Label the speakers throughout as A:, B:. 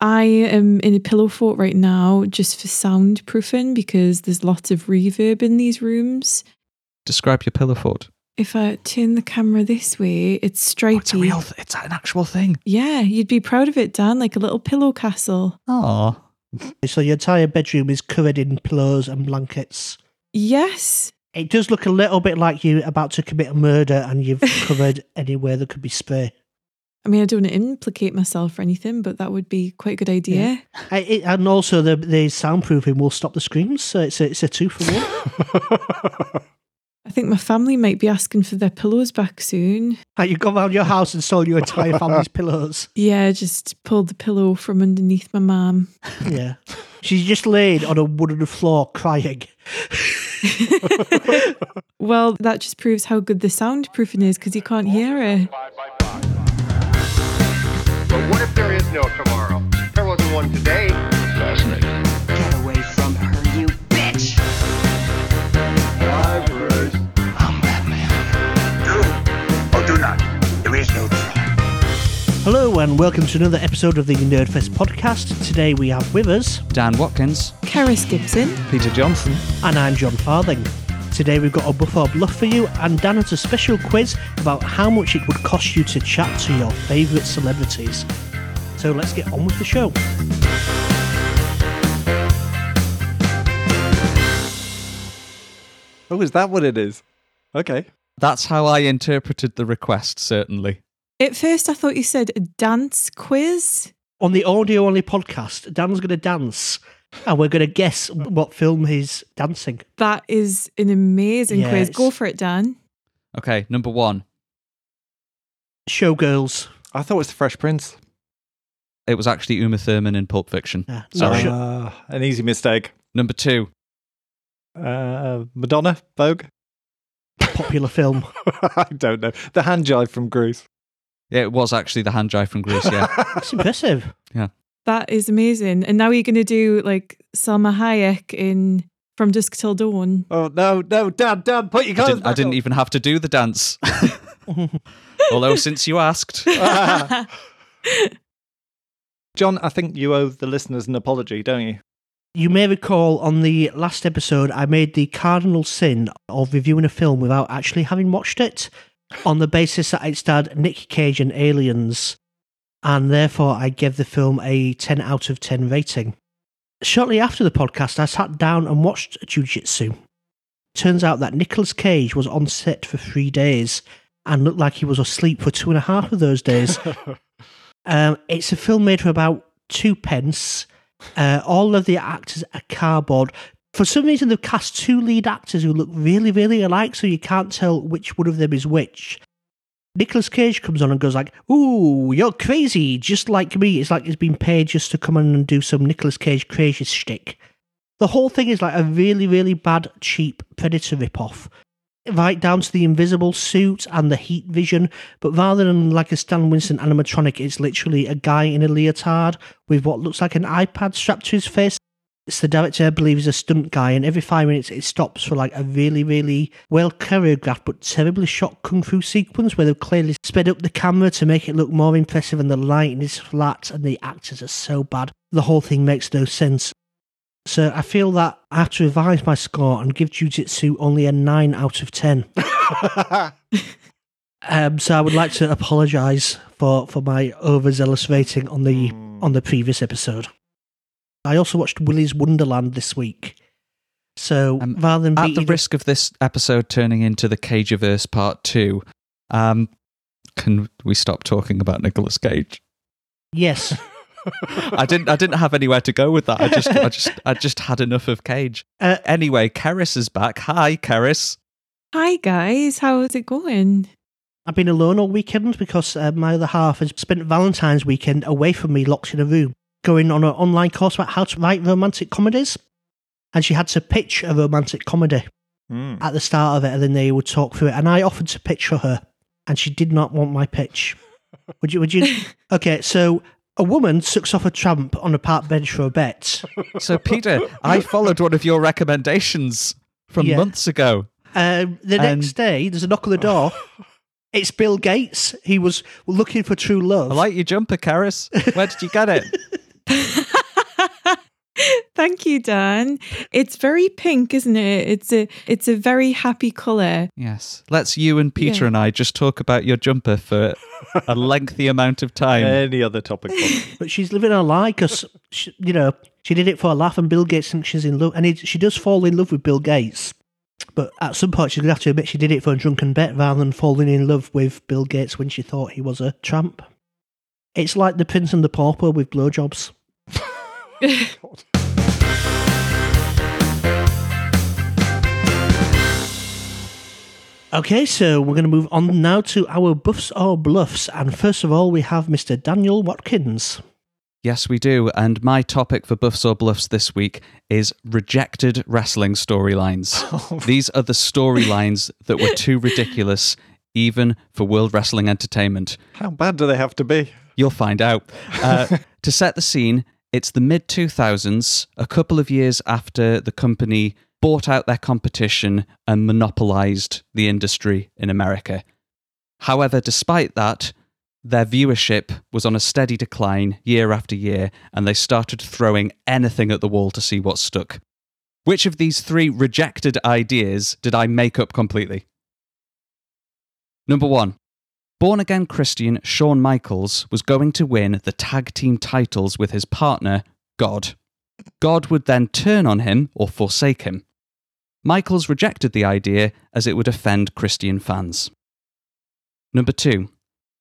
A: I am in a pillow fort right now just for soundproofing because there's lots of reverb in these rooms.
B: Describe your pillow fort.
A: If I turn the camera this way, it's stripy.
B: Oh, it's a real. th- It's an actual thing.
A: yeah, you'd be proud of it, Dan, like a little pillow castle.
B: Oh,
C: So your entire bedroom is covered in pillows and blankets.
A: Yes.
C: It does look a little bit like you about to commit a murder and you've covered anywhere there could be spray.
A: I mean, I don't want to implicate myself or anything, but that would be quite a good idea.
C: I, it, and also the the soundproofing will stop the screams, so it's a, it's a two for one.
A: I think my family might be asking for their pillows back soon.
C: Like you gone round your house and stolen your entire family's pillows.
A: Yeah, just pulled the pillow from underneath my mum.
C: Yeah. She's just laid on a wooden floor crying.
A: Well, that just proves how good the soundproofing is because you can't hear her.
D: But what if there is no tomorrow? There wasn't one today.
E: Get away from her, you bitch! I'm Batman.
D: Oh, do not. There is no
C: Hello and welcome to another episode of the Nerdfest podcast. Today we have with us,
B: Dan Watkins,
A: Karis Gibson.
B: Peter Johnson.
C: and I'm John Farthing. Today we've got a buff or bluff for you, and Dan has a special quiz about how much it would cost you to chat to your favourite celebrities. So let's get on with the show.
F: Oh, is that what it is? Okay.
B: That's how I interpreted the request. Certainly.
A: At first, I thought you said a dance quiz.
C: On the audio only podcast, Dan's going to dance, and we're going to guess what film he's dancing.
A: That is an amazing
C: Yeah,
A: quiz.
C: it's-
A: Go for it, Dan.
B: Okay, number one.
C: Showgirls.
F: I thought it was the Fresh Prince.
B: It was actually Uma Thurman in Pulp Fiction.
C: Ah, no
B: Sorry.
C: show-
F: Uh, an easy mistake.
B: Number two.
F: Uh, Madonna, Vogue.
C: popular film.
F: I don't know. The hand jive from Greece.
B: Yeah, it was actually the hand drive from Greece. Yeah.
C: That's impressive.
A: That is amazing. And now you're going to do like Selma Hayek in From Dusk Till Dawn.
F: Oh no, no, Dad, Dad, put your
B: I
F: clothes
B: didn't, I
F: back
B: didn't
F: on.
B: even have to do the dance. Although, since you asked,
F: John, I think you owe the listeners an apology, don't you?
C: You may recall on the last episode, I made the cardinal sin of reviewing a film without actually having watched it on the basis that it starred Nick Cage and aliens, and therefore I gave the film a 10 out of 10 rating. Shortly after the podcast, I sat down and watched Jujitsu. Turns out that Nicolas Cage was on set for three days and looked like he was asleep for two and a half of those days. Um, it's a film made for about two pence. Uh, all of the actors are cardboard. For some reason, they've cast two lead actors who look really, really alike, so you can't tell which one of them is which. Nicolas Cage comes on and goes like, "Ooh, you're crazy, just like me." It's like he's been paid just to come on and do some Nicolas Cage crazy shtick. The whole thing is like a really, really bad, cheap Predator ripoff right down to the invisible suit and the heat vision. But rather than like a Stan Winston animatronic, it's literally a guy in a leotard with what looks like an iPad strapped to his face. It's the director, I believe, is a stunt guy, and every five minutes it stops for like a really, really well choreographed but terribly shot kung fu sequence where they've clearly sped up the camera to make it look more impressive, and the lighting is flat, and the actors are so bad. The whole thing makes no sense. So I feel that I have to revise my score and give Jiu-Jitsu only a 9 out of 10. um, so I would like to apologise for, for my overzealous rating on the on the previous episode. I also watched Willy's Wonderland this week. So
B: Um,
C: rather than
B: at
C: beating
B: the
C: up-
B: risk of this episode turning into the Cageverse Part Two, um, can we stop talking about Nicolas Cage?
C: yes,
B: I didn't. I didn't have anywhere to go with that. I just. I just. I just had enough of Cage.
C: Uh,
B: anyway, Keris is back. Hi, Keris.
A: Hi, guys. How's it going?
C: I've been alone all weekend because uh, my other half has spent Valentine's weekend away from me, locked in a room, going on an online course about how to write romantic comedies. And she had to pitch a romantic comedy
F: Hmm.
C: at the start of it, and then they would talk through it. And I offered to pitch for her, and she did not want my pitch. Would you? Would you? okay, so a woman sucks off a tramp on a park bench for a bet.
B: So, Peter, I followed one of your recommendations from
C: Yeah.
B: months ago.
C: Um, the
B: And-
C: next day, there's a knock on the door. It's Bill Gates. He was looking for true love.
B: I like your jumper, Keris. Where did you get it?
A: you, Dan. It's very pink, isn't it? It's a it's a very happy colour.
G: Yes. Let's you and Peter
A: Yeah.
G: and I just talk about your jumper for a lengthy amount of time.
F: Any other topic? Bob?
C: But she's living her lie because, you know, she did it for a laugh, and Bill Gates thinks she's in love. And he, she does fall in love with Bill Gates. But at some point, she's going to have to admit she did it for a drunken bet rather than falling in love with Bill Gates when she thought he was a tramp. It's like the prince and the pauper with blowjobs. Okay, so we're going to move on now to our buffs or bluffs. And first of all, we have Mr. Daniel Watkins.
G: Yes, we do. And my topic for Buffs or Bluffs this week is rejected wrestling storylines. These are the storylines that were too ridiculous, even for World Wrestling Entertainment.
F: How bad do they have to be?
G: You'll find out. Uh, to set the scene, it's the mid 2000s, a couple of years after the company bought out their competition and monopolized the industry in America. However, despite that, their viewership was on a steady decline year after year, and they started throwing anything at the wall to see what stuck. Which of these three rejected ideas did I make up completely? Number one, Born again Christian Shawn Michaels was going to win the tag team titles with his partner, God. God would then turn on him or forsake him. Michaels rejected the idea as it would offend Christian fans. Number two,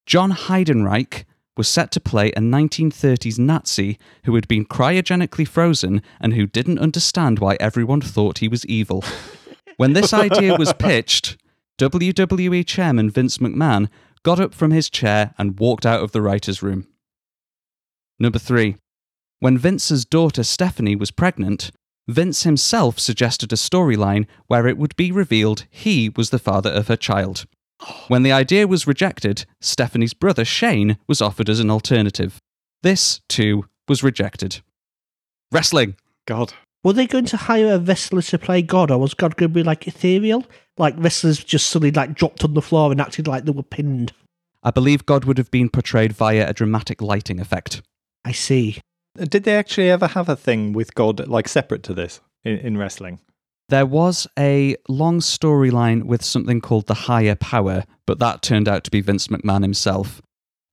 G: John Heidenreich was set to play a 1930s Nazi who had been cryogenically frozen and who didn't understand why everyone thought he was evil. When this idea was pitched, WWE E chairman Vince McMahon got up from his chair and walked out of the writer's room. Number three. When Vince's daughter Stephanie was pregnant, Vince himself suggested a storyline where it would be revealed he was the father of her child. When the idea was rejected, Stephanie's brother Shane was offered as an alternative. This, too, was rejected. Wrestling!
F: God.
C: Were they going to hire a wrestler to play God, or was God going to be like ethereal? Like wrestlers just suddenly like dropped on the floor and acted like they were pinned.
G: I believe God would have been portrayed via a dramatic lighting effect.
C: I see.
F: Did they actually ever have a thing with God, like separate to this in, in wrestling?
G: There was a long storyline with something called the higher power, but that turned out to be Vince McMahon himself.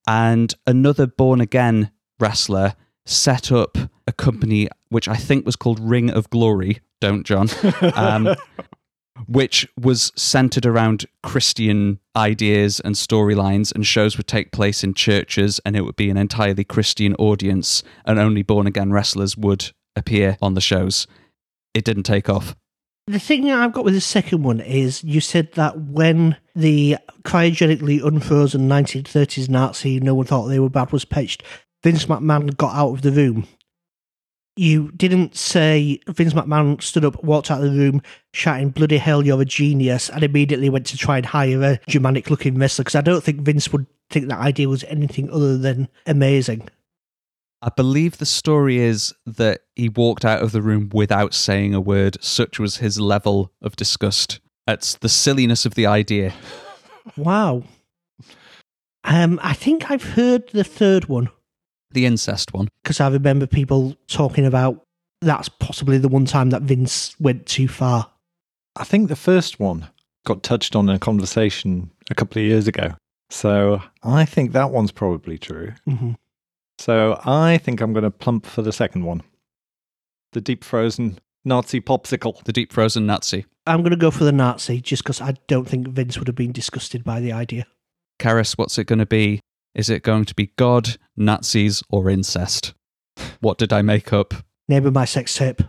G: And another born again wrestler set up a company which I think was called Ring of Glory, don't John, um, which was centered around Christian ideas and storylines, and shows would take place in churches, and it would be an entirely Christian audience, and only born again wrestlers would appear on the shows. It didn't take off.
C: The thing that I've got with the second one is you said that when the cryogenically unfrozen 1930s Nazi, no one thought they were bad, was pitched, Vince McMahon got out of the room. You didn't say Vince McMahon stood up, walked out of the room, shouting, bloody hell, you're a genius, and immediately went to try and hire a Germanic looking wrestler, because I don't think Vince would think that idea was anything other than amazing.
G: I believe the story is that he walked out of the room without saying a word, such was his level of disgust at the silliness of the idea.
C: Wow. Um, I think I've heard the third one.
G: The incest one.
C: because I remember people talking about that's possibly the one time that Vince went too far.
F: I think the first one got touched on in a conversation a couple of years ago. So I think that one's probably true.
C: Mm-hmm.
F: So I think I'm going to plump for the second one the deep frozen Nazi popsicle.
G: The deep frozen Nazi.
C: I'm going to go for the Nazi just because I don't think Vince would have been disgusted by the idea.
G: Karis, what's it going to be? Is it going to be God, Nazis, or incest? What did I make up?
C: Name of my sex tape.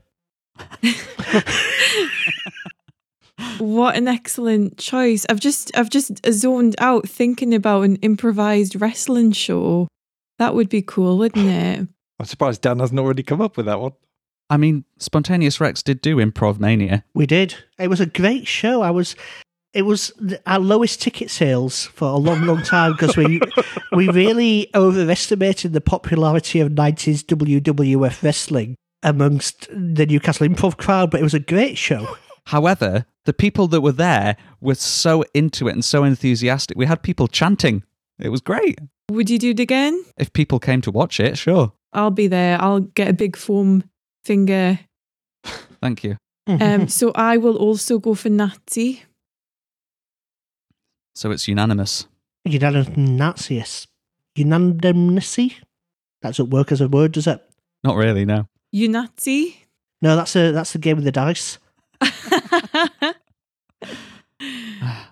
A: What an excellent choice. I've just I've just zoned out thinking about an improvised wrestling show. That would be cool, wouldn't it?
F: I'm surprised Dan hasn't already come up with that one.
G: I mean, Spontaneous Rex did do Improv Mania.
C: We did. It was a great show. I was. It was th- our lowest ticket sales for a long, long time because we we really overestimated the popularity of '90s WWF wrestling amongst the Newcastle improv crowd. But it was a great show.
G: However, the people that were there were so into it and so enthusiastic. We had people chanting. It was great.
A: Would you do it again?
G: If people came to watch it, sure.
A: I'll be there. I'll get a big foam finger
G: Thank you.
A: Um, so I will also go for Nazi.
G: So it's unanimous.
C: Unanimous Nazius. Unanimousy? That doesn't work as a word, does it?
G: Not really, no.
A: You Nazi.
C: No, that's a that's the game with the dice.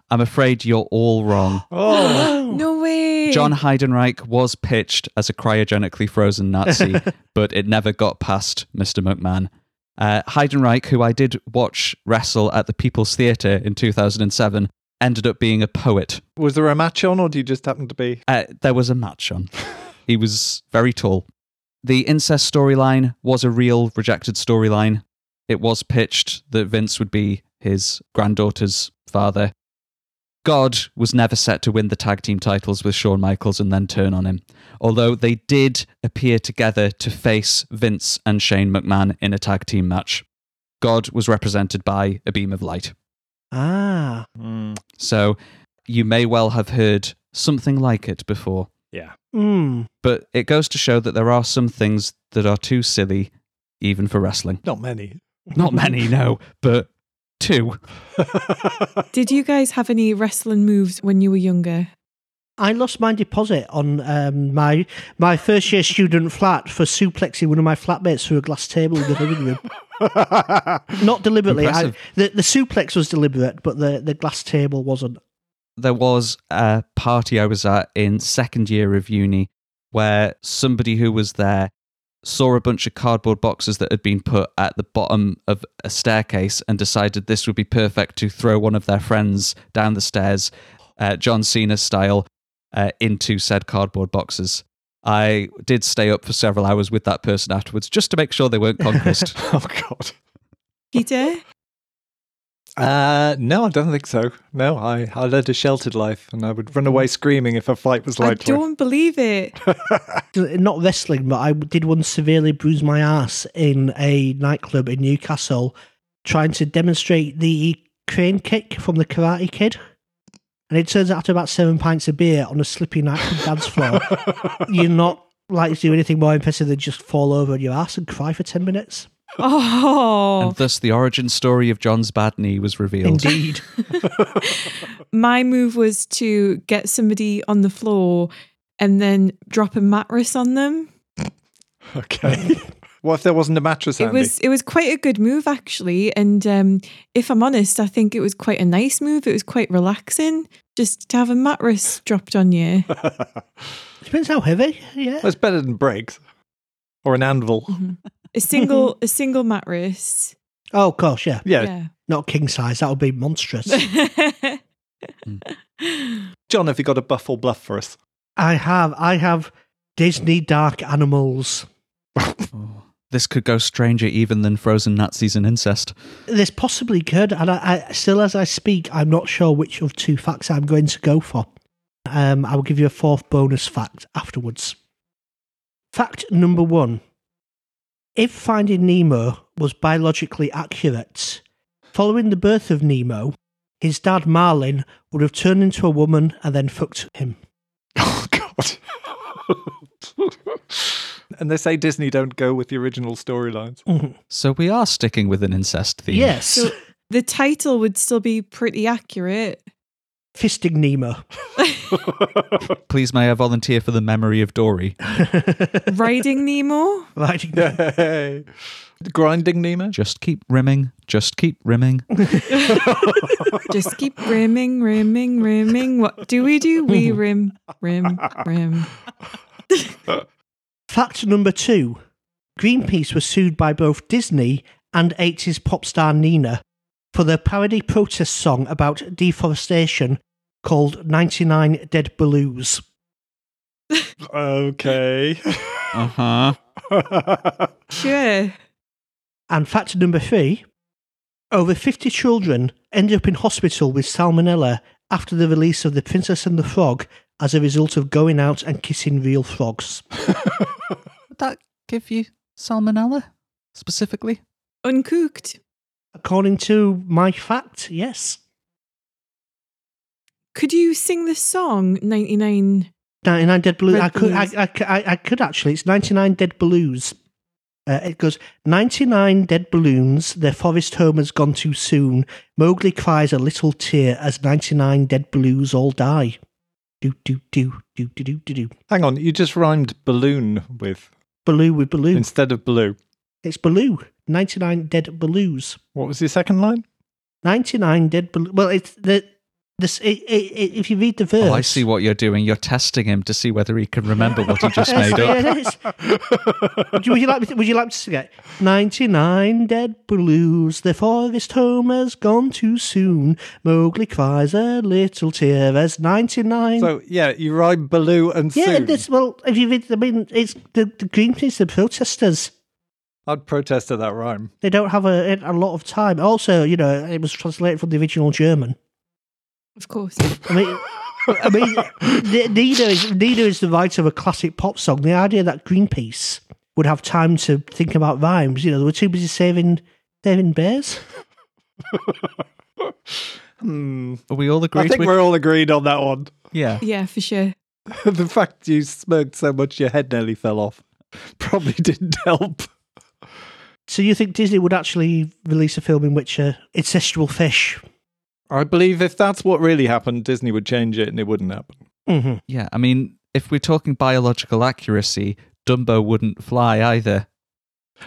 G: I'm afraid you're all wrong.
F: Oh,
A: no way.
G: John Heidenreich was pitched as a cryogenically frozen Nazi, but it never got past Mr. McMahon. Uh, Heidenreich, who I did watch wrestle at the People's Theatre in 2007, ended up being a poet.
F: was there a match on, or do you just happen to be?
G: Uh, there was a match on. he was very tall. The incest storyline was a real rejected storyline. It was pitched that Vince would be his granddaughter's father. God was never set to win the tag team titles with Shawn Michaels and then turn on him, although they did appear together to face Vince and Shane McMahon in a tag team match. God was represented by a beam of light.
C: Ah.
F: Hmm,
G: So you may well have heard something like it before.
F: Yeah.
C: Mm.
G: But it goes to show that there are some things that are too silly, even for wrestling.
F: Not many.
G: Not many, no, but two.
A: Did you guys have any wrestling moves when you were younger?
C: I lost my deposit on um, my my first year student flat for suplexing one of my flatmates through a glass table in the living room.
F: Oh,
C: Not deliberately. I,
G: Impressive.
C: the the suplex was deliberate, but the, the glass table wasn't.
G: There was a party I was at in second year of uni where somebody who was there saw a bunch of cardboard boxes that had been put at the bottom of a staircase and decided this would be perfect to throw one of their friends down the stairs, uh, John Cena style, uh, into said cardboard boxes. I did stay up for several hours with that person afterwards just to make sure they weren't concussed.
F: oh God.
A: Peter?
F: Uh, no, I don't think so. No, I, I led a sheltered life, and I would run away screaming if a fight was
A: I
F: like.
A: don't believe it.
C: Not wrestling, but I did once severely bruise my ass in a nightclub in Newcastle trying to demonstrate the crane kick from the Karate Kid. And it turns out after about seven pints of beer on a slippy nightclub dance floor, you're not like to do anything more impressive than just fall over on your ass and cry for 10 minutes.
A: Oh,
G: And thus the origin story of John's bad knee was revealed.
C: Indeed.
A: my move was to get somebody on the floor and then drop a mattress on them.
F: Okay. what if there wasn't a mattress,
A: It
F: Andy?
A: was it was quite a good move actually, and um, if I'm honest, I think it was quite a nice move. It was quite relaxing just to have a mattress dropped on you.
C: Depends how heavy. Yeah.
F: That's better than bricks or an anvil.
A: A single a single mattress.
C: Oh, of course, yeah.
F: Yeah,
A: Yeah.
C: Not king size. That would be monstrous.
F: John, have you got a buff or bluff for us?
C: I have. I have Disney Dark Animals.
G: This could go stranger even than frozen Nazis and incest.
C: This possibly could, and I, I still, as I speak, I'm not sure which of two facts I'm going to go for. Um, I will give you a fourth bonus fact afterwards. Fact number one: If Finding Nemo was biologically accurate, following the birth of Nemo, his dad Marlin would have turned into a woman and then fucked him.
F: Oh God. and they say Disney don't go with the original storylines.
G: So we are sticking with an incest theme.
C: Yes,
A: So- the title would still be pretty accurate.
C: fisting Nemo.
G: Please may I volunteer for the memory of Dory?
A: Riding Nemo.
C: Right.
F: Yay. Grinding Nemo.
G: Just keep rimming, just keep rimming.
A: Just keep rimming, rimming, rimming. What do we do? We rim, rim, rim.
C: Fact number two Greenpeace was sued by both Disney and 80s pop star Nina for their parody protest song about deforestation called 99 Dead Blues.
F: Okay.
G: Uh
B: Uh-huh.
G: huh.
A: Sure.
C: And fact number three over 50 children ended up in hospital with salmonella after the release of The Princess and the Frog as a result of going out and kissing real frogs.
G: Would that give you salmonella specifically?
A: Uncooked.
C: According to my fact, yes.
A: Could you sing the song 99?
C: 99 Dead Blues.
A: Red
C: I could, I,
A: Blues.
C: I, I, I could actually. It's 99 Dead Blues. Uh, it goes 99 dead balloons, their forest home has gone too soon. Mowgli cries a little tear as 99 dead balloons all die. Do, do, do, do, do, do, do, do.
F: Hang on, you just rhymed balloon with
C: Baloo with Baloo.
F: instead of blue.
C: It's Baloo. 99 dead Baloos.
F: What was your second line?
C: 99 dead Baloo. Well, it's the. This, it, it, it, if you read the verse,
B: Oh, I see what you're doing. You're testing him to see whether he can remember what he just
C: Yes,
B: made up.
C: yeah, it is. Would you, would you like? me to- Would you like to get ninety nine dead blues? The forest home has gone too soon. Mowgli cries a little tear as ninety nine.
F: So yeah, you rhyme baloo and
C: yeah,
F: soon.
C: and this well, if you read, I mean, it's the the Green Peace, the protesters.
F: I'd protest at that rhyme.
C: They don't have a a lot of time. Also, you know, it was translated from the original German.
A: Of course.
C: I mean. I mean, the- neither is, neither is the writer of a classic pop song. The idea that Greenpeace would have time to think about rhymes, you know, they were too busy saving saving bears.
F: Hmm.
B: Are we all agreed?
F: I think
B: with-
F: we're all agreed on that one.
B: yeah.
A: Yeah, for sure.
F: the fact you smirked so much your head nearly fell off probably didn't help.
C: So you think Disney would actually release a film in which a incestual fish?
F: I believe if that's what really happened, Disney would change it and it wouldn't happen.
C: hmm
B: Yeah. I mean, if we're talking biological accuracy, Dumbo wouldn't fly either.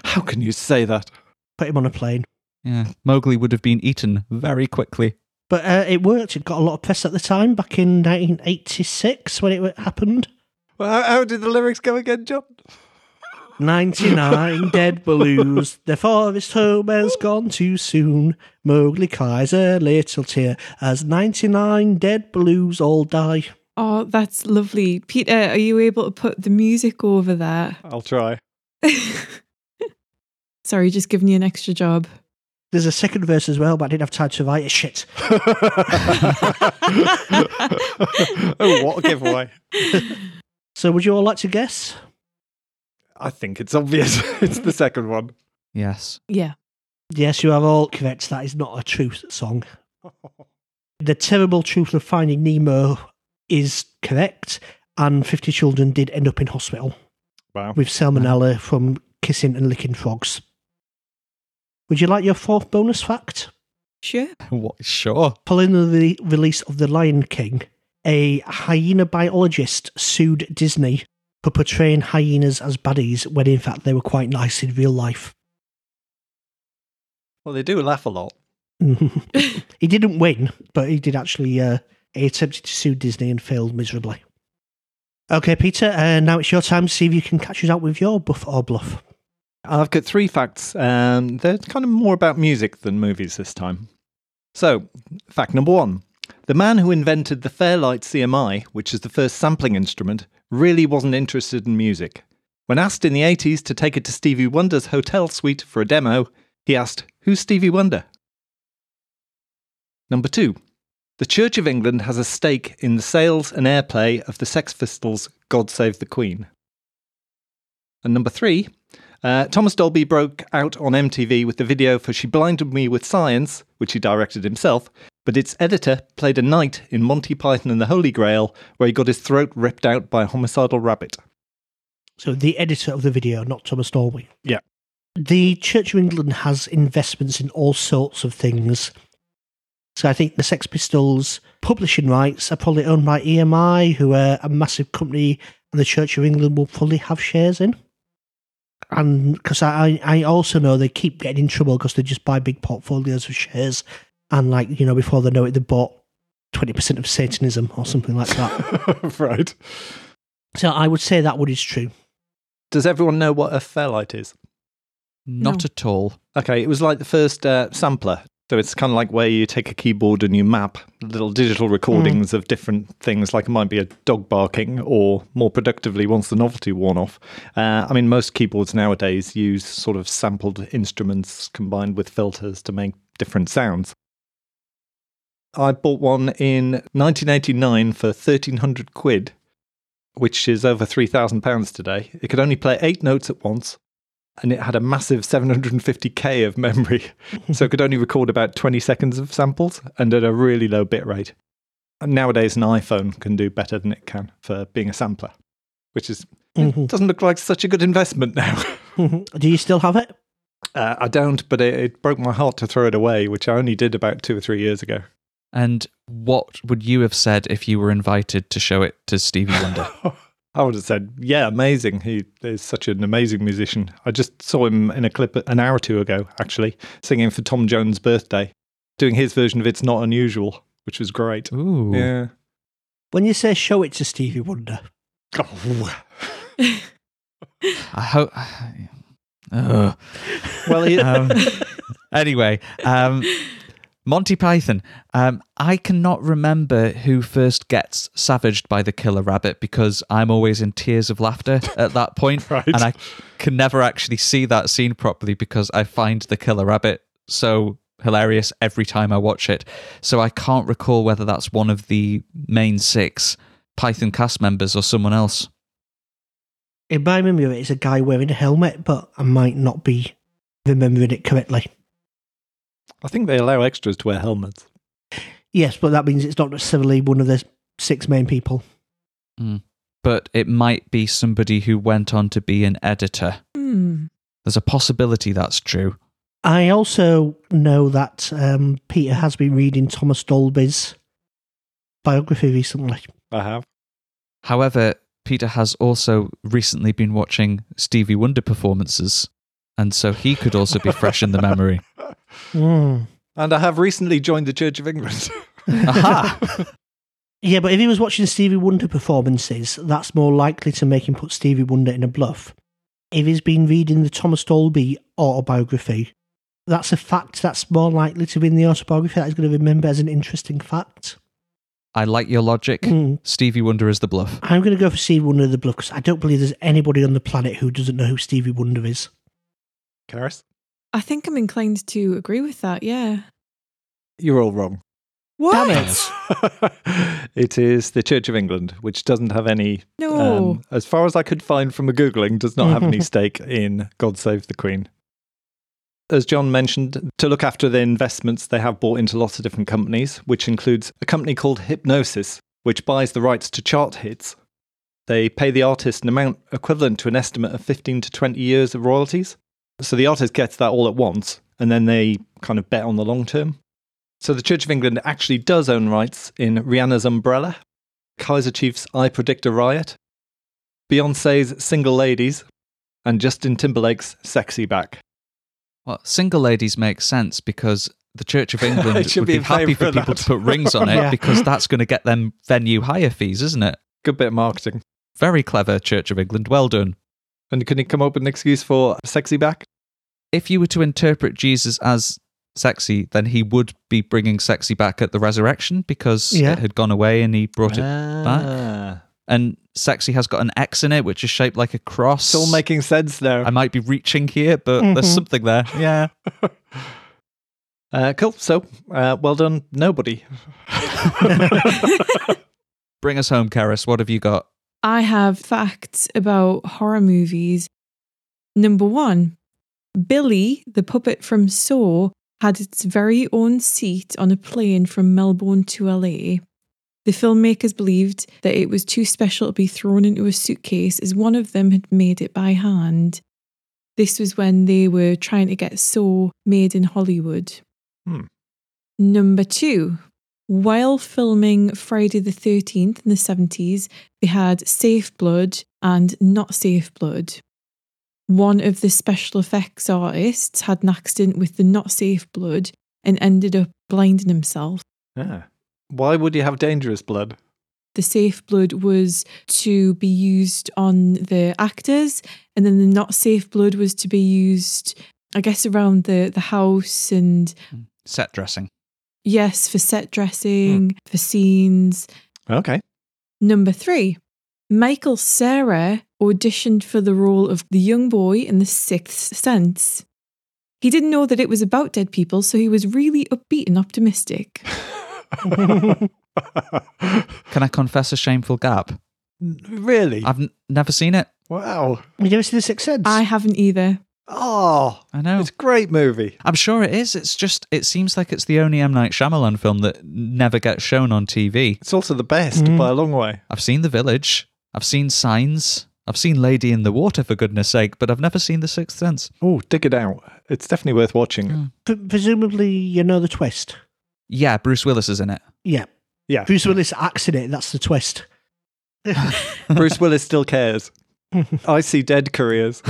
F: How can you say that?
C: Put him on a plane,
B: Yeah. Mowgli would have been eaten very quickly.
C: but uh, it worked. It got a lot of press at the time, back in 1986 when it wa- happened.
F: Well, how, how did the lyrics go again, John?
C: 99 dead balloons. The forest home has gone too soon. Mowgli cries a little tear as 99 dead balloons all die.
A: Oh, that's lovely. Peter, are you able to put the music over that?
F: I'll try.
A: Sorry, just giving you an extra job.
C: There's a second verse as well, but I didn't have time to write it. Shit.
F: Oh, what a giveaway.
C: So would you all like to guess?
F: I think it's obvious. it's the second one.
B: Yes.
A: yeah.
C: Yes, you are all correct. That is not a truth song. The terrible truth of finding Nemo is correct, and 50 children did end up in hospital
F: Wow.
C: with salmonella from kissing and licking frogs. Would you like your fourth bonus fact?
A: Sure.
B: What? Sure.
C: Following the re- release of The Lion King, a hyena biologist sued Disney for portraying hyenas as baddies when in fact they were quite nice in real life.
F: Well, they do laugh a lot.
C: he didn't win, but he did actually. Uh, he attempted to sue Disney and failed miserably. Okay, Peter. Uh, now it's your time to see if you can catch us out with your buff or bluff.
F: I've got three facts. Um, they're kind of more about music than movies this time. So, fact number one the man who invented the Fairlight CMI, which is the first sampling instrument, really wasn't interested in music. When asked in the 80s to take it to Stevie Wonder's hotel suite for a demo, he asked, Who's Stevie Wonder? Number two, the Church of England has a stake in the sales and airplay of the Sex Pistols' God Save the Queen. And number three, uh, Thomas Dolby broke out on MTV with the video for She Blinded Me with Science, which he directed himself, but its editor played a knight in Monty Python and the Holy Grail where he got his throat ripped out by a homicidal rabbit.
C: So the editor of the video, not Thomas Norby.
F: Yeah.
C: The Church of England has investments in all sorts of things. So I think the Sex Pistols publishing rights are probably owned by EMI, who are a massive company, and the Church of England will probably have shares in. And because I, I also know they keep getting in trouble because they just buy big portfolios of shares, and like you know before they know it, they bought twenty percent of Satanism or something like that.
F: right.
C: so I would say that one is true.
F: Does everyone know what a fairlight is?
B: Not
A: No.
B: at all.
F: Okay, it was like the first uh, sampler. So it's kind of like where you take a keyboard and you map little digital recordings of different things, like it might be a dog barking, or more productively, once the novelty worn off. Uh, I mean, most keyboards nowadays use sort of sampled instruments combined with filters to make different sounds. I bought one in 1989 for 1300 quid, which is over 3,000 pounds today. It could only play eight notes at once, and it had a massive 750k of memory, so it could only record about 20 seconds of samples and at a really low bit rate. And nowadays, an iPhone can do better than it can for being a sampler, which is Doesn't look like such a good investment now.
C: Do you still have it?
F: Uh, I don't, but it, it broke my heart to throw it away, which I only did about two or three years ago.
G: And what would you have said if you were invited to show it to Stevie Wonder?
F: I would have said, yeah, amazing. He is such an amazing musician. I just saw him in a clip an hour or two ago, actually, singing for Tom Jones' birthday, doing his version of It's Not Unusual, which was great.
G: Ooh.
F: Yeah.
C: When you say show it to Stevie Wonder,
F: Oh.
G: I hope.
F: Uh,
G: Ugh.
F: Well, he,
C: uh,
G: Um, anyway, um, Monty Python. Um, I cannot remember who first gets savaged by the killer rabbit because I'm always in tears of laughter at that point,
F: Right.
G: and I can never actually see that scene properly because I find the killer rabbit so hilarious every time I watch it. So I can't recall whether that's one of the main six Python cast members or someone else.
C: in my memory, it's a guy wearing a helmet, but I might not be remembering it correctly.
F: I think they allow extras to wear helmets.
C: Yes, but that means it's not necessarily one of the six main people.
G: But it might be somebody who went on to be an editor.
A: Hmm.
G: There's a possibility that's true.
C: I also know that um, Peter has been reading Thomas Dolby's biography recently.
F: I have.
G: However, Peter has also recently been watching Stevie Wonder performances, and so he could also be fresh in the memory.
F: Hmm.
C: Mm.
F: And I have recently joined the Church of England.
G: Aha!
C: Yeah, but if he was watching Stevie Wonder performances, that's more likely to make him put Stevie Wonder in a bluff. If he's been reading the Thomas Dolby autobiography, that's a fact that's more likely to be in the autobiography that he's going to remember as an interesting fact.
G: I like your logic.
C: Hmm.
G: Stevie Wonder is the bluff.
C: I'm going to go for Stevie Wonder in the bluff because I don't believe there's anybody on the planet who doesn't know who Stevie Wonder is.
F: Karis?
A: I think I'm inclined to agree with that. Yeah.
F: You're all wrong.
A: What?
F: it is the Church of England, which doesn't have any,
A: No.
F: um, as far as I could find from a Googling, does not have any stake in God Save the Queen. As John mentioned, to look after their investments, they have bought into lots of different companies, which includes a company called Hypnosis, which buys the rights to chart hits. They pay the artist an amount equivalent to an estimate of 15 to 20 years of royalties. So the artist gets that all at once, and then they kind of bet on the long term. So the Church of England actually does own rights in Rihanna's Umbrella, Kaiser Chief's I Predict a Riot, Beyonce's Single Ladies, and Justin Timberlake's Sexy Back.
G: Well, single ladies make sense because the Church of
F: It
G: England
F: should
G: would
F: be
G: be,
F: in
G: happy
F: favour
G: for
F: of
G: people
F: that.
G: to put rings on it
C: Yeah.
G: because that's going to get them venue higher fees, isn't it?
F: Good bit of marketing.
G: Very clever, Church of England. Well done.
F: And can you come up with an excuse for Sexy Back?
G: If you were to interpret Jesus as sexy, then he would be bringing sexy back at the resurrection because
C: Yeah.
G: it had gone away and he brought it
F: Ah.
G: and sexy has got an X in it, which is shaped like a cross.
F: It's all making Mm-hmm. sense now.
G: I might be reaching here, but there's
C: Mhm.
G: something there.
F: yeah. uh, cool. So, uh, well done, nobody.
G: Bring us home, Karis. What have you got?
A: I have facts about horror movies. Number one, Billy, the puppet from Saw, had its very own seat on a plane from Melbourne to LA. The filmmakers believed that it was too special to be thrown into a suitcase as one of them had made it by hand. This was when they were trying to get Saw made in Hollywood.
F: Hmm.
A: Number two, while filming Friday the 13th in the 70s, they had safe blood and not safe blood. One of the special effects artists had an accident with the not safe blood and ended up blinding himself.
F: Ah. Why would you have dangerous blood?
A: The safe blood was to be used on the actors, and then the not safe blood was to be used, I guess, around the, the house and
G: Set dressing.
A: yes, for set dressing, for scenes.
F: Okay.
A: Number three, Michael Sarah auditioned for the role of the young boy in The Sixth Sense. He didn't know that it was about dead people, so he was really upbeat and optimistic.
G: Can I confess a shameful gap?
F: really?
G: I've n- never seen it.
F: wow.
C: You ever see The Sixth Sense?
A: I haven't either.
F: Oh,
G: I know.
F: It's a great movie.
G: I'm sure it is. It's just, it seems like it's the only M. Night Shyamalan film that never gets shown on TV.
F: It's also the best
C: Mm.
F: by a long way.
G: I've seen The Village. I've seen Signs. I've seen Lady in the Water for goodness sake, but I've never seen The Sixth Sense.
F: Oh, dig it out. It's definitely worth watching.
C: P- presumably, you know the twist.
G: Yeah, Bruce Willis is in it.
C: Yeah.
F: Yeah.
C: Bruce Willis accident, that's the twist.
F: Bruce Willis still cares. I see dead careers.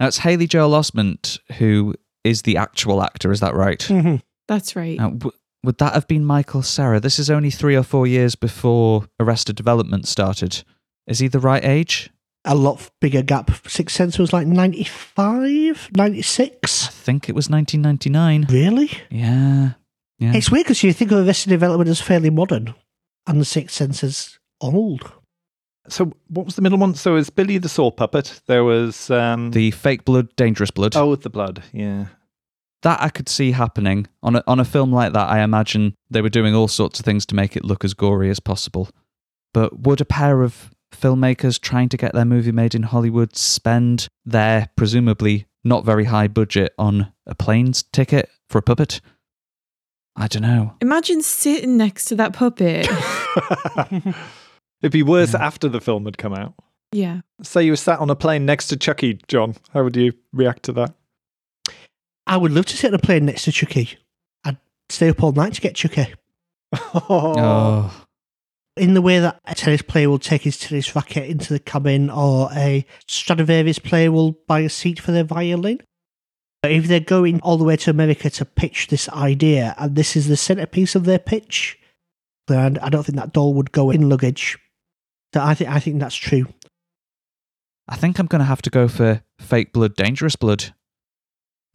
G: Now it's Haley Joel Osment who is the actual actor. Is that right?
C: Mhm.
A: That's right.
G: Now, w- would that have been Michael Sarah? This is only three or four years before Arrested Development started. Is he the right age?
C: A lot bigger gap. Sixth Sense was like 95,
G: I
C: 96.
G: think it was 1999.
C: Really?
G: Yeah. Yeah.
C: It's weird because you think of Arrested Development as fairly modern and The Sixth Sense as old.
F: So, what was the middle one? So, it was Billy the Saw Puppet. There was. Um,
G: the fake blood, dangerous blood.
F: Oh, the blood. Yeah.
G: That I could see happening. On a, on a film like that, I imagine they were doing all sorts of things to make it look as gory as possible. But would a pair of filmmakers trying to get their movie made in Hollywood spend their presumably not very high budget on a plane's ticket for a puppet? I don't know.
A: Imagine sitting next to that puppet.
F: It'd be worse after the film had come out.
A: yeah.
F: Say you were sat on a plane next to Chucky, John. How would you react to that?
C: I would love to sit on a plane next to Chucky. I'd stay up all night to get Chucky.
G: Oh.
C: In the way that a tennis player will take his tennis racket into the cabin or a Stradivarius player will buy a seat for their violin. But if they're going all the way to America to pitch this idea and this is the centerpiece of their pitch, then I don't think that doll would go in luggage. So I think I think that's true.
G: I think I'm going to have to go for fake blood, dangerous blood.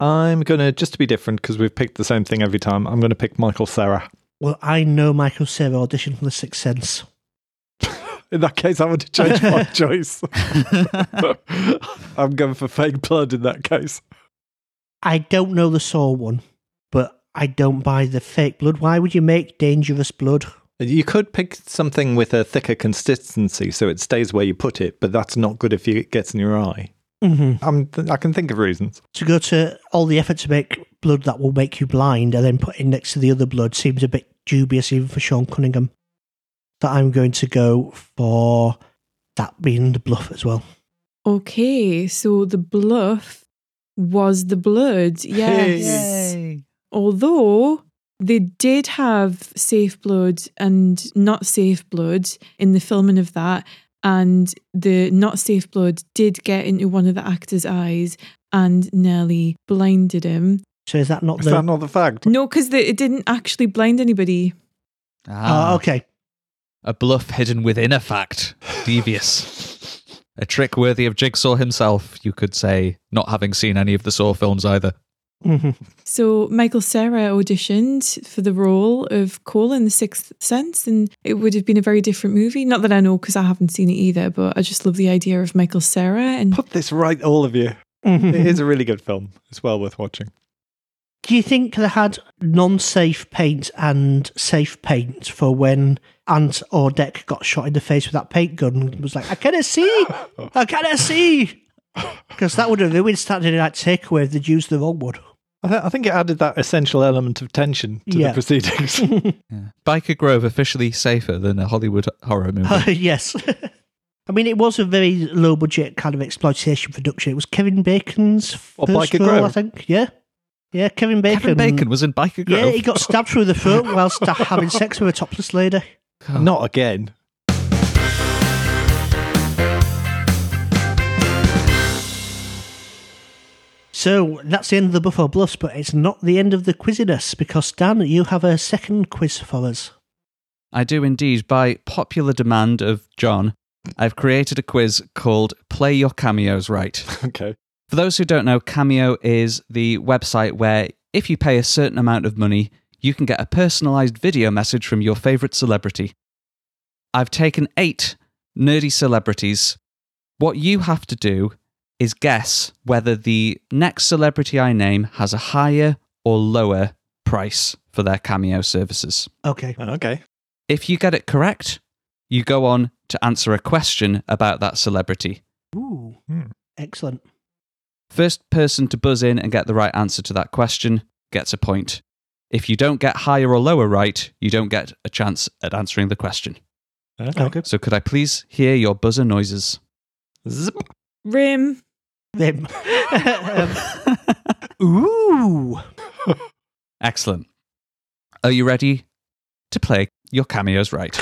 F: I'm going to, just to be different, because we've picked the same thing every time, I'm going to pick Michael Sarah.
C: Well, I know Michael Cera auditioned for The Sixth Sense.
F: In that case, I would change my choice. I'm going for fake blood in that case.
C: I don't know the Saw one, but I don't buy the fake blood. Why would you make dangerous blood?
F: You could pick something with a thicker consistency so it stays where you put it, but that's not good if you- it gets in your eye.
C: Mm-hmm.
F: I'm, I can think of reasons.
C: To go to all the effort to make blood that will make you blind and then put it next to the other blood seems a bit dubious, even for Sean Cunningham. So I'm going to go for that being the bluff as well.
A: Okay. So the bluff was the blood. Yes. Although they did have safe blood and not safe blood in the filming of that. And the not safe blood did get into one of the actor's eyes and nearly blinded him.
C: So is that not
F: Is
C: the?
F: that not the fact?
A: No, because it didn't actually blind anybody.
G: Ah,
C: oh, okay.
G: A bluff hidden within a fact. Devious. a trick worthy of Jigsaw himself, you could say, not having seen any of the Saw films either.
F: Mm-hmm.
C: hmm
A: So Michael Cera auditioned for the role of Cole in The Sixth Sense, and it would have been a very different movie. Not that I know because I haven't seen it either, but I just love the idea of Michael Cera. And
F: Put this right, all of you. It is a really good film. It's well worth watching.
C: Do you think they had non-safe paint and safe paint for when Ant or Deck got shot in the face with that paint gun and was like, "I cannot see, I cannot see," because that would have ruined Saturday Night Takeaway if they'd used the wrong one.
F: I, th- I think it added that essential element of tension to
C: Yeah.
F: the proceedings.
G: Biker Grove officially safer than a Hollywood horror movie.
C: yes, I mean it was a very low-budget kind of exploitation production. It was Kevin Bacon's
F: Or
C: first
F: Biker
C: role,
F: Grove.
C: I think. Yeah, yeah, Kevin Bacon.
G: Kevin Bacon was in Biker Grove.
C: yeah, he got stabbed through the throat whilst having sex with a topless lady.
F: Not again.
C: So that's the end of the Buffalo Bluffs, but it's not the end of the quizziness because Dan, you have a second quiz for us.
G: I do indeed. By popular demand of John, I've created a quiz called Play Your Cameos Right.
F: Okay.
G: For those who don't know, Cameo is the website where, if you pay a certain amount of money, you can get a personalized video message from your favorite celebrity. I've taken eight nerdy celebrities. What you have to do is guess whether the next celebrity I name has a higher or lower price for their Cameo services.
C: Okay.
F: Oh, Okay.
G: If you get it correct, you go on to answer a question about that celebrity.
C: Ooh,
F: Hmm.
C: excellent.
G: First person to buzz in and get the right answer to that question gets a point. If you don't get higher or lower right, you don't get a
F: Oh,
G: chance at answering the question.
F: Okay.
G: So could I please hear your buzzer noises?
F: Zip.
A: Rim.
C: Them. Um, ooh.
G: Excellent. Are you ready to play your cameos right?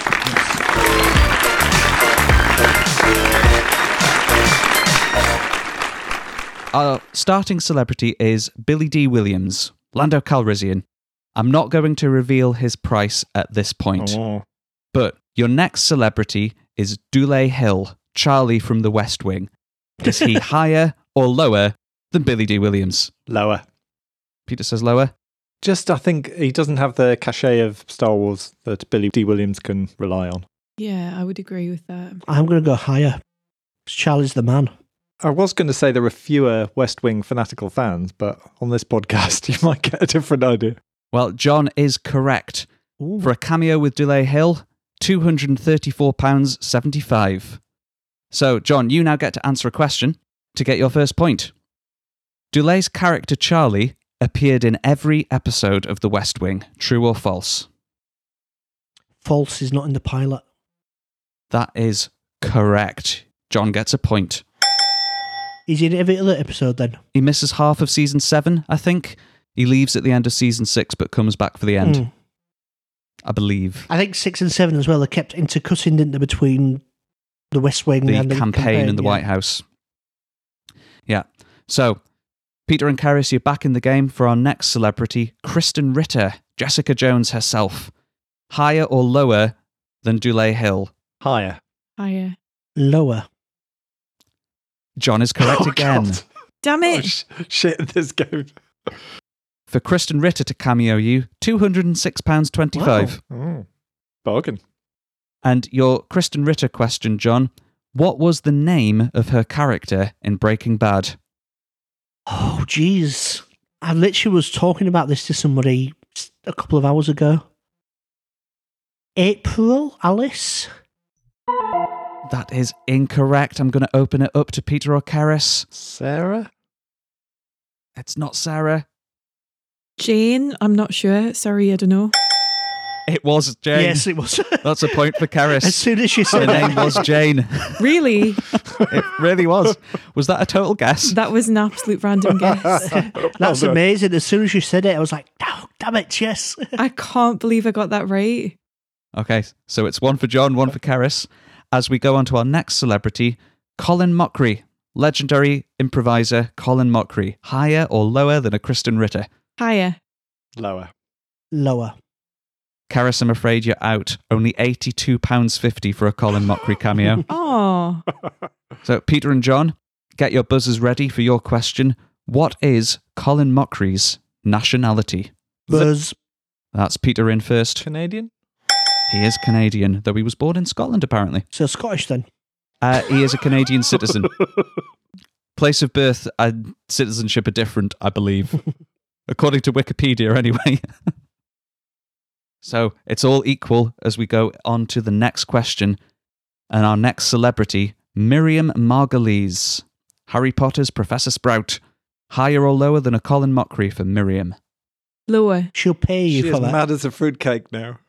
G: Our starting celebrity is Billy D. Williams, Lando Calrissian. I'm not going to reveal his price at this point,
F: Oh.
G: but your next celebrity is Dule Hill, Charlie from The West Wing. Is he higher or lower than Billy D. Williams?
F: Lower.
G: Peter says lower.
F: Just, I think he doesn't have the cachet of Star Wars that Billy D. Williams can rely on.
A: Yeah, I would agree with that.
C: I'm going to go higher. Charlie's the man.
F: I was going to say there are fewer West Wing fanatical fans, but on this podcast, you might get a different idea.
G: Well, John is correct.
C: Ooh.
G: For a cameo with Delay Hill, £234.75. So, John, you now get to answer a question to get your first point. Dulay's character Charlie appeared in every episode of The West Wing, true or false?
C: False is not in the pilot.
G: That is correct. John gets a point.
C: He's in every other episode then.
G: He misses half of season seven, I think. He leaves at the end of season six, but comes back for the end,
C: Mm.
G: I believe.
C: I think six and seven as well are kept intercutting, didn't they, between the West Wing
G: the
C: and the
G: campaign, and the
C: yeah.
G: White House. Yeah. So, Peter and Karis, you're back in the game for our next celebrity, Kristen Ritter, Jessica Jones herself. Higher or lower than Dule Hill?
F: Higher.
A: Higher.
C: Lower.
G: John is correct
F: Oh,
G: again.
F: God.
A: Damn
F: Oh,
A: it.
F: sh- shit, this game.
G: For Kristen Ritter to cameo you, £206.25.
F: Mm. Bargain.
G: And your Kristen Ritter question, John, what was the name of her character in Breaking Bad?
C: Oh, jeez. I literally was talking about this to somebody s- a couple of hours ago. April Alice?
G: That is incorrect. I'm going to open it up to Peter or Karis.
F: Sarah?
G: It's not Sarah.
A: Jane, I'm not sure. Sorry, I don't know.
G: It was Jane.
C: Yes, it was.
G: That's a point for
C: as
G: Karis.
C: soon as she
G: Her
C: said
G: name was Jane.
A: Really?
G: It really was. Was that a total guess?
A: that was an absolute random guess.
C: That's
F: Well done.
C: amazing. As soon as you said it, I was like, oh, damn it, yes.
A: I can't believe I got that right.
G: Okay, so it's one for John, one for Karis. As we go on to our next celebrity, Colin Mockery, legendary improviser Colin Mockery, higher or lower than a Kristen Ritter.
A: Higher.
F: Lower.
C: Lower.
G: Karis, I'm afraid you're out. Only £82.50 for a Colin Mockery cameo.
A: Oh,
G: so, Peter and John, get your buzzers ready for your question. What is Colin Mockery's nationality?
C: Buzz.
G: That's Peter in first.
F: Canadian?
G: He is Canadian, though he was born in Scotland, apparently.
C: So Scottish then.
G: Uh, he is a Canadian citizen. Place of birth and citizenship are different, I believe, according to Wikipedia, anyway. so it's all equal as we go on to the next question. And our next celebrity, Miriam Margolyes, Harry Potter's Professor Sprout. Higher or lower than a Colin Mockery for Miriam?
A: lower.
C: She'll pay you
F: She is
C: for that.
F: mad as a fruitcake now.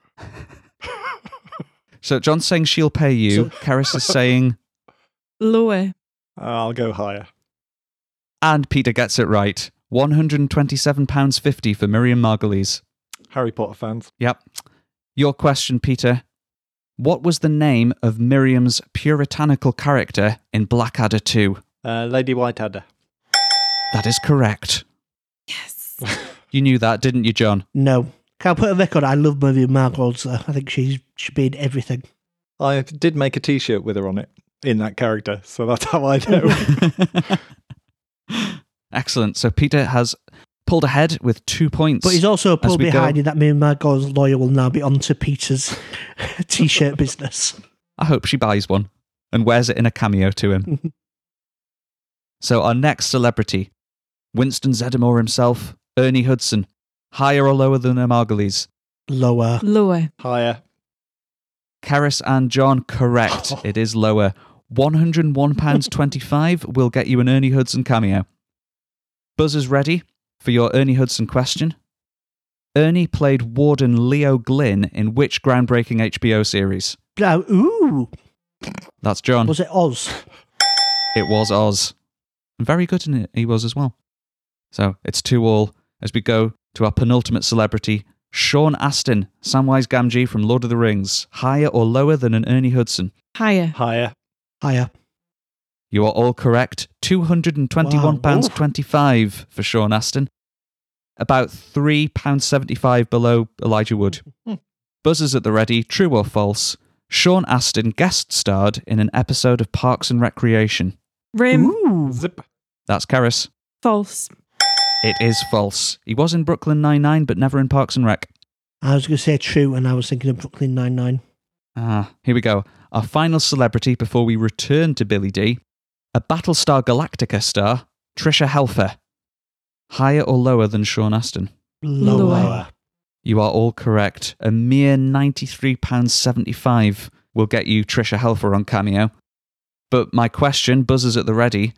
G: So John's saying she'll pay you.
C: So-
G: Karis is saying,
A: Lower.
F: Uh, I'll go higher.
G: and Peter gets it right. £127.50 for Miriam Margolyes.
F: Harry Potter fans.
G: Yep. Your question, Peter. What was the name of Miriam's puritanical character in Blackadder 2?
F: Uh, Lady Whiteadder.
G: That is correct.
A: Yes.
G: You knew that, didn't you, John?
C: No. Can I put a record? I love movie Margot. so I think she should be in everything.
F: I did make a t shirt with her on it in that character, so that's how I know.
G: Excellent. So Peter has pulled ahead with two points.
C: But he's also
G: As
C: pulled
G: we go-
C: behind in that me and Margot's lawyer will now be onto Peter's t shirt business.
G: I hope she buys one and wears it in a cameo to him. so, our next celebrity, Winston Zeddemore himself, Ernie Hudson, higher or lower than Margulies?
C: Lower.
A: Lower.
F: higher.
G: Karis and John, correct. It is lower. £101.25 will get you an Ernie Hudson cameo. Buzzers ready for your Ernie Hudson question. Ernie played Warden Leo Glynn in which groundbreaking HBO series?
C: Now, ooh.
G: That's John.
C: Was it Oz?
G: It was Oz. Very good in it, he was as well. So it's two all as we go to our penultimate celebrity, Sean Astin, Samwise Gamgee from Lord of the Rings. Higher or lower than an Ernie Hudson?
A: Higher.
F: Higher.
C: Higher.
G: You are all correct. £221.25 for Sean Astin. About £3.75 below Elijah Wood. Buzzers at the ready, true or false. Sean Astin guest starred in an episode of Parks and Recreation.
A: Rim.
F: Zip.
G: That's Karis.
A: False.
G: It is false. He was in Brooklyn Nine-Nine, but never in Parks and Rec.
C: I was going to say true, and I was thinking of Brooklyn Nine Nine.
G: Ah, here we go. Our final celebrity before we return to Billy D. A Battlestar Galactica star, Trisha Helfer. Higher or lower than Sean Astin?
A: Lower.
G: You are all correct. A mere £93.75 will get you Trisha Helfer on Cameo. But my question buzzes at the ready.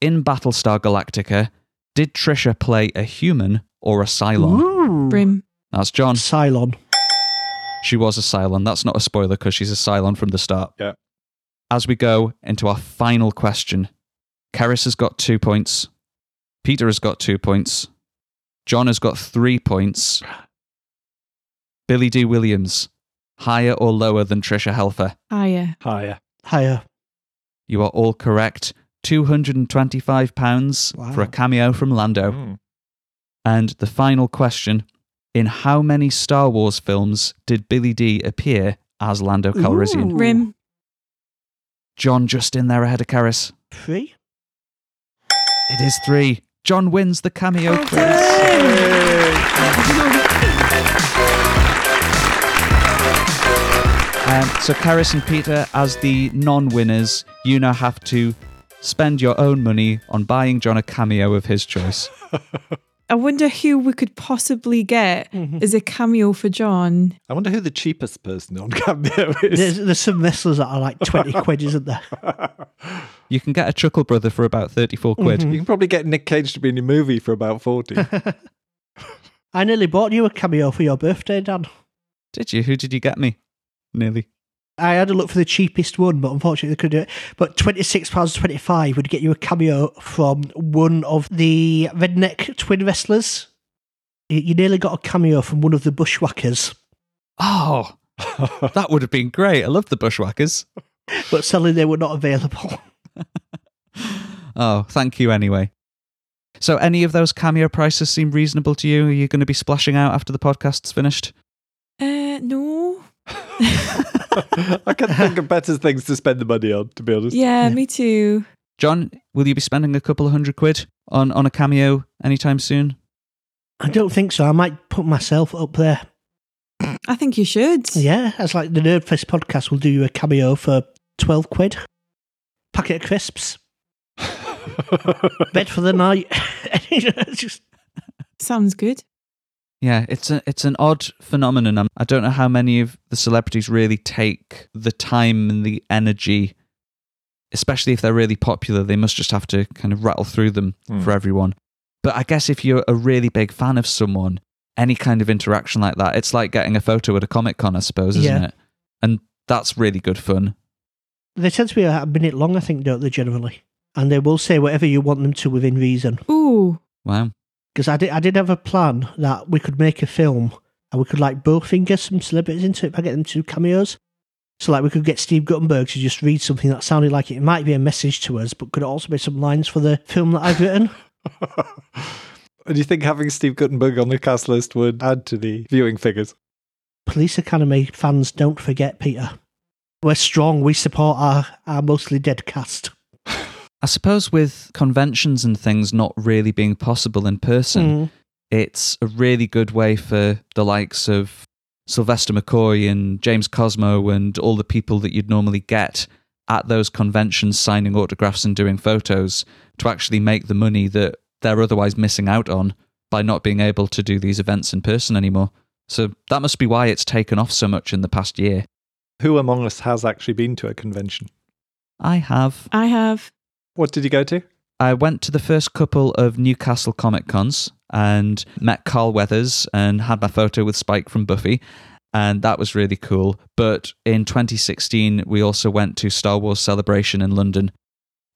G: In Battlestar Galactica, did Trisha play a human or a Cylon?
A: Rim.
G: That's John.
C: Cylon.
G: She was a Cylon. That's not a spoiler because she's a Cylon from the start.
F: Yeah.
G: As we go into our final question, Karis has got two points. Peter has got two points. John has got three points. Billy D. Williams, higher or lower than Trisha Helfer?
A: Higher.
F: Higher.
C: Higher.
G: You are all correct. £225
C: Wow.
G: for a cameo from Lando.
F: Mm.
G: And the final question In how many Star Wars films did Billy D appear as Lando Calrissian?
E: Ooh.
A: Rim.
G: John just in there ahead of Karis.
C: Three.
G: It is three. John wins the cameo quiz. Um, so, Karis and Peter, as the non winners, you now have to spend your own money on buying John a cameo of his choice.
A: I wonder who we could possibly get as a cameo for John.
F: I wonder who the cheapest person on Cameo is.
C: There's, there's some wrestlers that are like 20 quid, isn't there?
G: You can get a Chuckle Brother for about 34 quid.
F: You can probably get Nick Cage to be in your movie for about 40.
C: I nearly bought you a cameo for your birthday, Dan.
G: Did you? Who did you get me? Nearly.
C: I had a look for the cheapest one, but unfortunately they couldn't do it. But £26.25 would get you a cameo from one of the redneck twin wrestlers. You- You nearly got a cameo from one of the bushwhackers,
G: Oh, that would have been great. I love the Bushwhackers.
C: but sadly they were not available.
G: Oh, thank you anyway. So, any of those cameo prices seem reasonable to you? Are you going to be splashing out after the podcast's finished?
A: Uh, no.
F: I can think of better things to spend the money on, to be honest.
A: Yeah, me too.
G: John, will you be spending a couple of hundred quid on, on a cameo anytime soon?
C: I don't think so. I might put myself up there.
A: I think you should.
C: Yeah, as like the Nerdfest podcast will do you a cameo for 12 quid. Packet of crisps. Bed for the night. It's Just
A: Sounds good.
G: Yeah, it's a, it's an odd phenomenon. I'm- I don't know how many of the celebrities really take the time and the energy, especially if they're really popular. They must just have to kind of rattle through them
F: Hmm.
G: for everyone. But I guess if you're a really big fan of someone, any kind of interaction like that, it's like getting a photo at a comic con, I suppose, isn't
C: Yeah.
G: it? And that's really good fun.
C: They tend to be about a minute long, I think, don't they, generally? And they will say whatever you want them to within reason.
A: Ooh.
G: Wow.
C: Because I did, I did have a plan that we could make a film and we could like bowfinger some celebrities into it by getting them to do cameos. So like we could get Steve Guttenberg to just read something that sounded like it might be a message to us, but could also be some lines for the film that I've written.
F: And you think having Steve Guttenberg on the cast list would add to the viewing figures?
C: Police Academy fans, don't forget, Peter. We're strong. We support our, our mostly dead cast.
G: I suppose with conventions and things not really being possible in person, it's a really good way for the likes of Sylvester McCoy and James Cosmo and all the people that you'd normally get at those conventions signing autographs and doing photos to actually make the money that they're otherwise missing out on by not being able to do these events in person anymore. So that must be why it's taken off so much in the past year.
F: Who among us has actually been to a convention?
G: I have.
A: I have.
F: What did you go to?
G: I went to the first couple of Newcastle Comic Cons and met Carl Weathers and had my photo with Spike from Buffy. And that was really cool. But in 2016, we also went to Star Wars Celebration in London.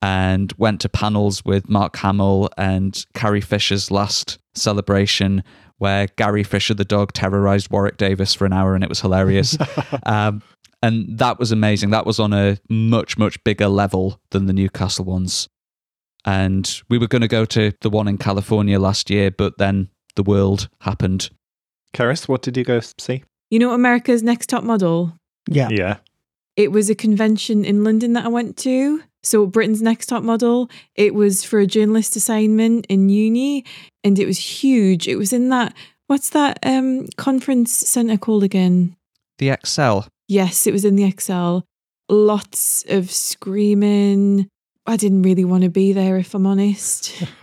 G: and went to panels with Mark Hamill and Carrie Fisher's last celebration, where Gary Fisher, the dog, terrorized Warwick Davis for an hour and it was hilarious. um, and that was amazing. That was on a much, much bigger level than the Newcastle ones. And we were going to go to the one in California last year, but then the world happened.
F: Karis, what did you go see?
A: You know America's Next Top Model?
C: Yeah.
F: Yeah.
A: It was a convention in London that I went to. So, Britain's Next Top Model. It was for a journalist assignment in uni and it was huge. It was in that, what's that um, conference centre called again?
G: The Excel.
A: Yes, it was in the XL. Lots of screaming. I didn't really want to be there, if I'm honest.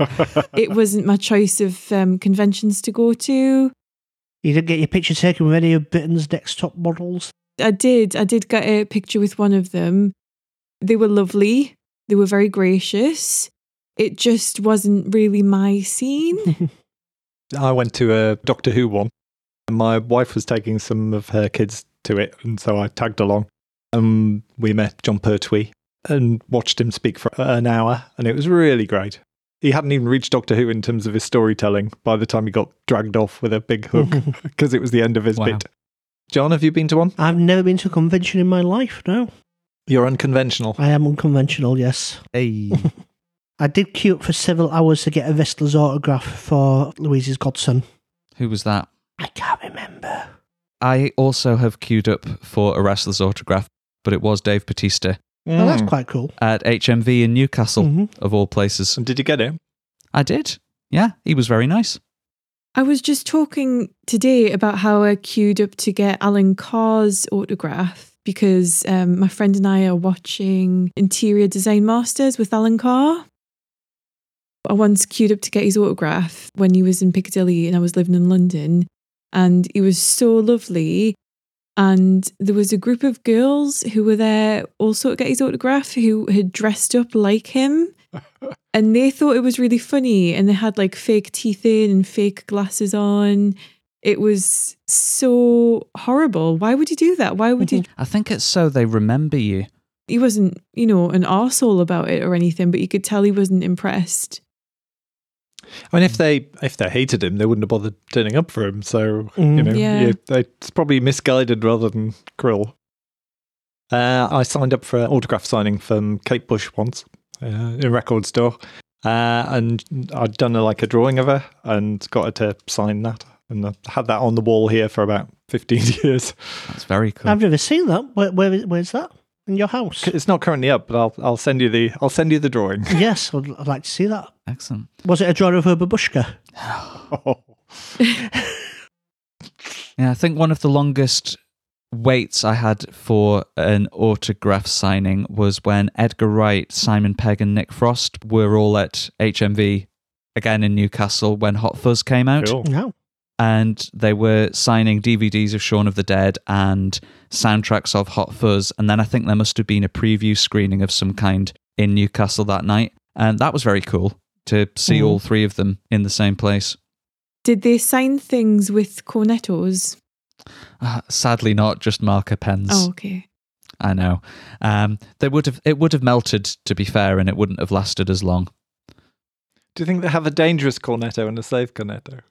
A: it wasn't my choice of um, conventions to go to.
C: You didn't get your picture taken with any of Britain's next top models.
A: I did. I did get a picture with one of them. They were lovely. They were very gracious. It just wasn't really my scene.
F: I went to a Doctor Who one. and My wife was taking some of her kids to it, and so I tagged along. And we met John Pertwee and watched him speak for an hour, and it was really great. He hadn't even reached Doctor Who in terms of his storytelling by the time he got dragged off with a big hook because it was the end of his
G: Wow.
F: bit. John, have you been to one?
C: I've never been to a convention in my life, no.
F: You're unconventional.
C: I am unconventional, yes.
G: Hey.
C: I did queue up for several hours to get a wrestler's autograph for Louise's godson.
G: Who was that?
C: I can't remember.
G: I also have queued up for a wrestler's autograph, but it was Dave Batista
C: Well, Oh, that's
F: Mm.
C: quite cool.
G: at HMV in Newcastle,
C: Mhm.
G: of all places.
F: And did you get it?
G: I did. Yeah, he was very nice.
A: I was just talking today about how I queued up to get Alan Carr's autograph because um, my friend and I are watching Interior Design Masters with Alan Carr. I once queued up to get his autograph when he was in Piccadilly and I was living in London, and he was so lovely. And there was a group of girls who were there also to get his autograph who had dressed up like him and they thought it was really funny and they had like fake teeth in and fake glasses on it was so horrible why would you do that why would you
G: I think it's so they remember you.
A: he wasn't you know an arsehole about it or anything but you could tell he wasn't impressed
F: I mean, if they if they hated him, they wouldn't have bothered turning up for him. So you
C: Mm.
F: know,
A: Yeah.
F: yeah. it's probably misguided rather than Krill. Uh, I signed up for an autograph signing from Kate Bush once uh, in a record store, uh, and I'd done a, like a drawing of her and got her to sign that, and I had that on the wall here for about fifteen years.
G: That's very cool.
C: I've never seen that. Where, where is- where's that? In your house?
F: It's not currently up, but I'll I'll send you the I'll send you the drawing.
C: yes, I'd, I'd like to see that.
G: Excellent.
C: Was it a drawing of her babushka?
G: Yeah, I think one of the longest waits I had for an autograph signing was when Edgar Wright, Simon Pegg, and Nick Frost were all at HMV again in Newcastle when Hot Fuzz came out.
F: Cool.
C: No.
G: and they were signing DVDs of Shaun of the Dead and soundtracks of Hot Fuzz. And then I think there must have been a preview screening of some kind in Newcastle that night. And that was very cool to see
C: Mhm.
G: all three of them in the same place.
A: did they sign things with cornetos
G: Ah, Sadly, not just marker pens.
A: oh okay
G: I know. Um, they would have it would have melted to be fair, and it wouldn't have lasted as long.
F: Do you think they have a dangerous cornetto and a safe cornetto?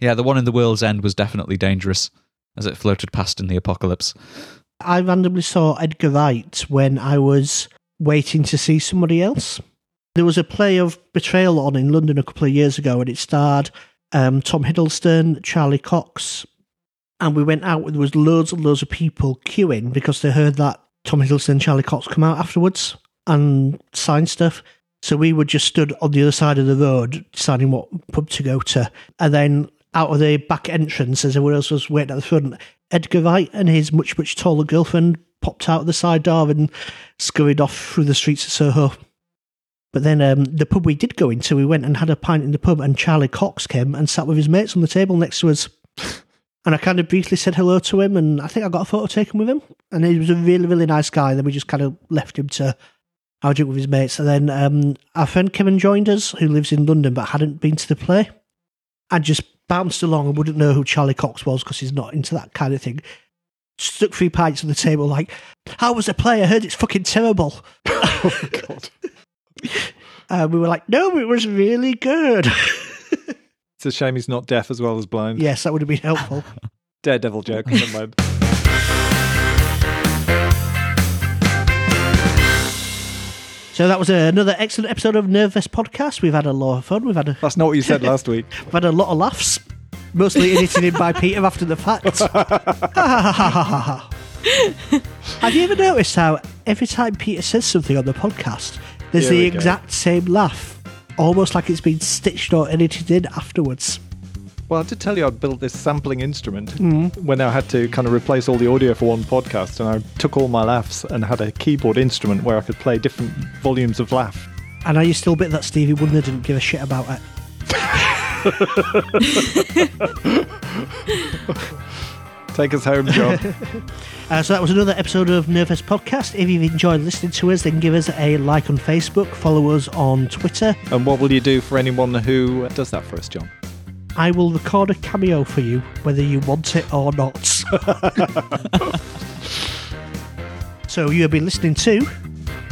G: yeah, the one in the world's end was definitely dangerous as it floated past in the apocalypse.
C: I randomly saw Edgar Wright when I was waiting to see somebody else. There was a play of Betrayal on in London a couple of years ago, and it starred um, Tom Hiddleston, Charlie Cox, and we went out. and There was loads and loads of people queuing because they heard that Tom Hiddleston, and Charlie Cox come out afterwards and sign stuff. So we were just stood on the other side of the road deciding what pub to go to, and then out of the back entrance, as everyone else was waiting at the front, Edgar Wright and his much much taller girlfriend popped out of the side door and scurried off through the streets of Soho. But then um, the pub we did go into, we went and had a pint in the pub, and Charlie Cox came and sat with his mates on the table next to us. And I kind of briefly said hello to him, and I think I got a photo taken with him. And he was a really, really nice guy. Then we just kind of left him to have a drink with his mates. And then um, our friend Kevin joined us, who lives in London but hadn't been to the play. I just bounced along and wouldn't know who Charlie Cox was because he's not into that kind of thing. stuck three pints on the table, like, how was the play? I heard it's fucking terrible.
F: oh, God.
C: And we were like, no, it was really good.
F: It's a shame he's not deaf as well as blind.
C: yes, that would have been helpful.
F: Daredevil joke. Never mind.
C: so that was another excellent episode of Nervous Podcast. We've had a lot of fun. We've had a,
F: That's not what you said last week.
C: we've had a lot of laughs, mostly edited in by Peter after the fact. have you ever noticed how every time Peter says something on the podcast, there's
F: Here
C: the
F: we go.
C: exact same laugh, almost like it's been stitched or edited in afterwards?
F: Well, I did tell you I built this sampling instrument when I had to kind of replace all the audio for one podcast, and I took all my laughs and had a keyboard instrument where I could play different volumes of laugh.
C: And are you still bit that Stevie Wonder didn't give a shit about it?
F: Take us home, John.
C: Uh, so that was another episode of Nervous Podcast. If you've enjoyed listening to us, then give us a like on Facebook, follow us on Twitter.
F: and what will you do for anyone who does that for us, John?
C: I will record a cameo for you, whether you want it or not. so you have been listening to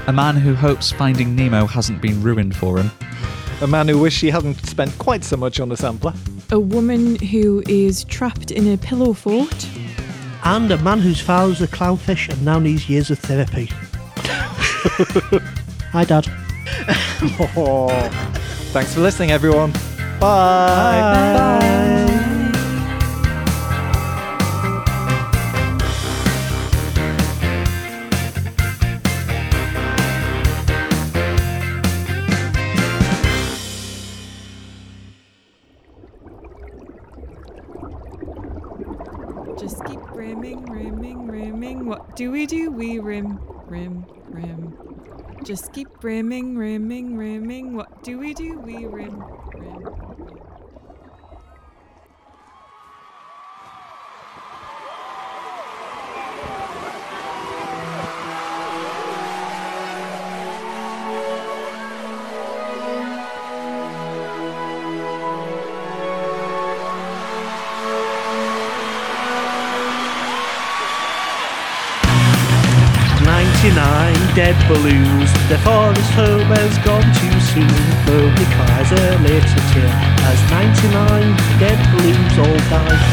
G: A man who hopes finding Nemo hasn't been ruined for him.
F: A man who wished he hadn't spent quite so much on a sampler.
A: A woman who is trapped in a pillow fort.
C: And a man who's fouled the clownfish and now needs years of therapy. Hi, Dad.
F: Thanks for listening, everyone. Bye.
A: Just keep rimming, rimming, rimming. What do we do? We rim, rim, rim. Just keep rimming, rimming, rimming. What do we do? We rim, rim.
C: Ninety-nine dead balloons. The forest home has gone too soon. Nobody cries a little tear as ninety-nine dead balloons all die.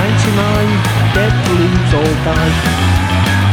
C: Ninety-nine dead balloons all die.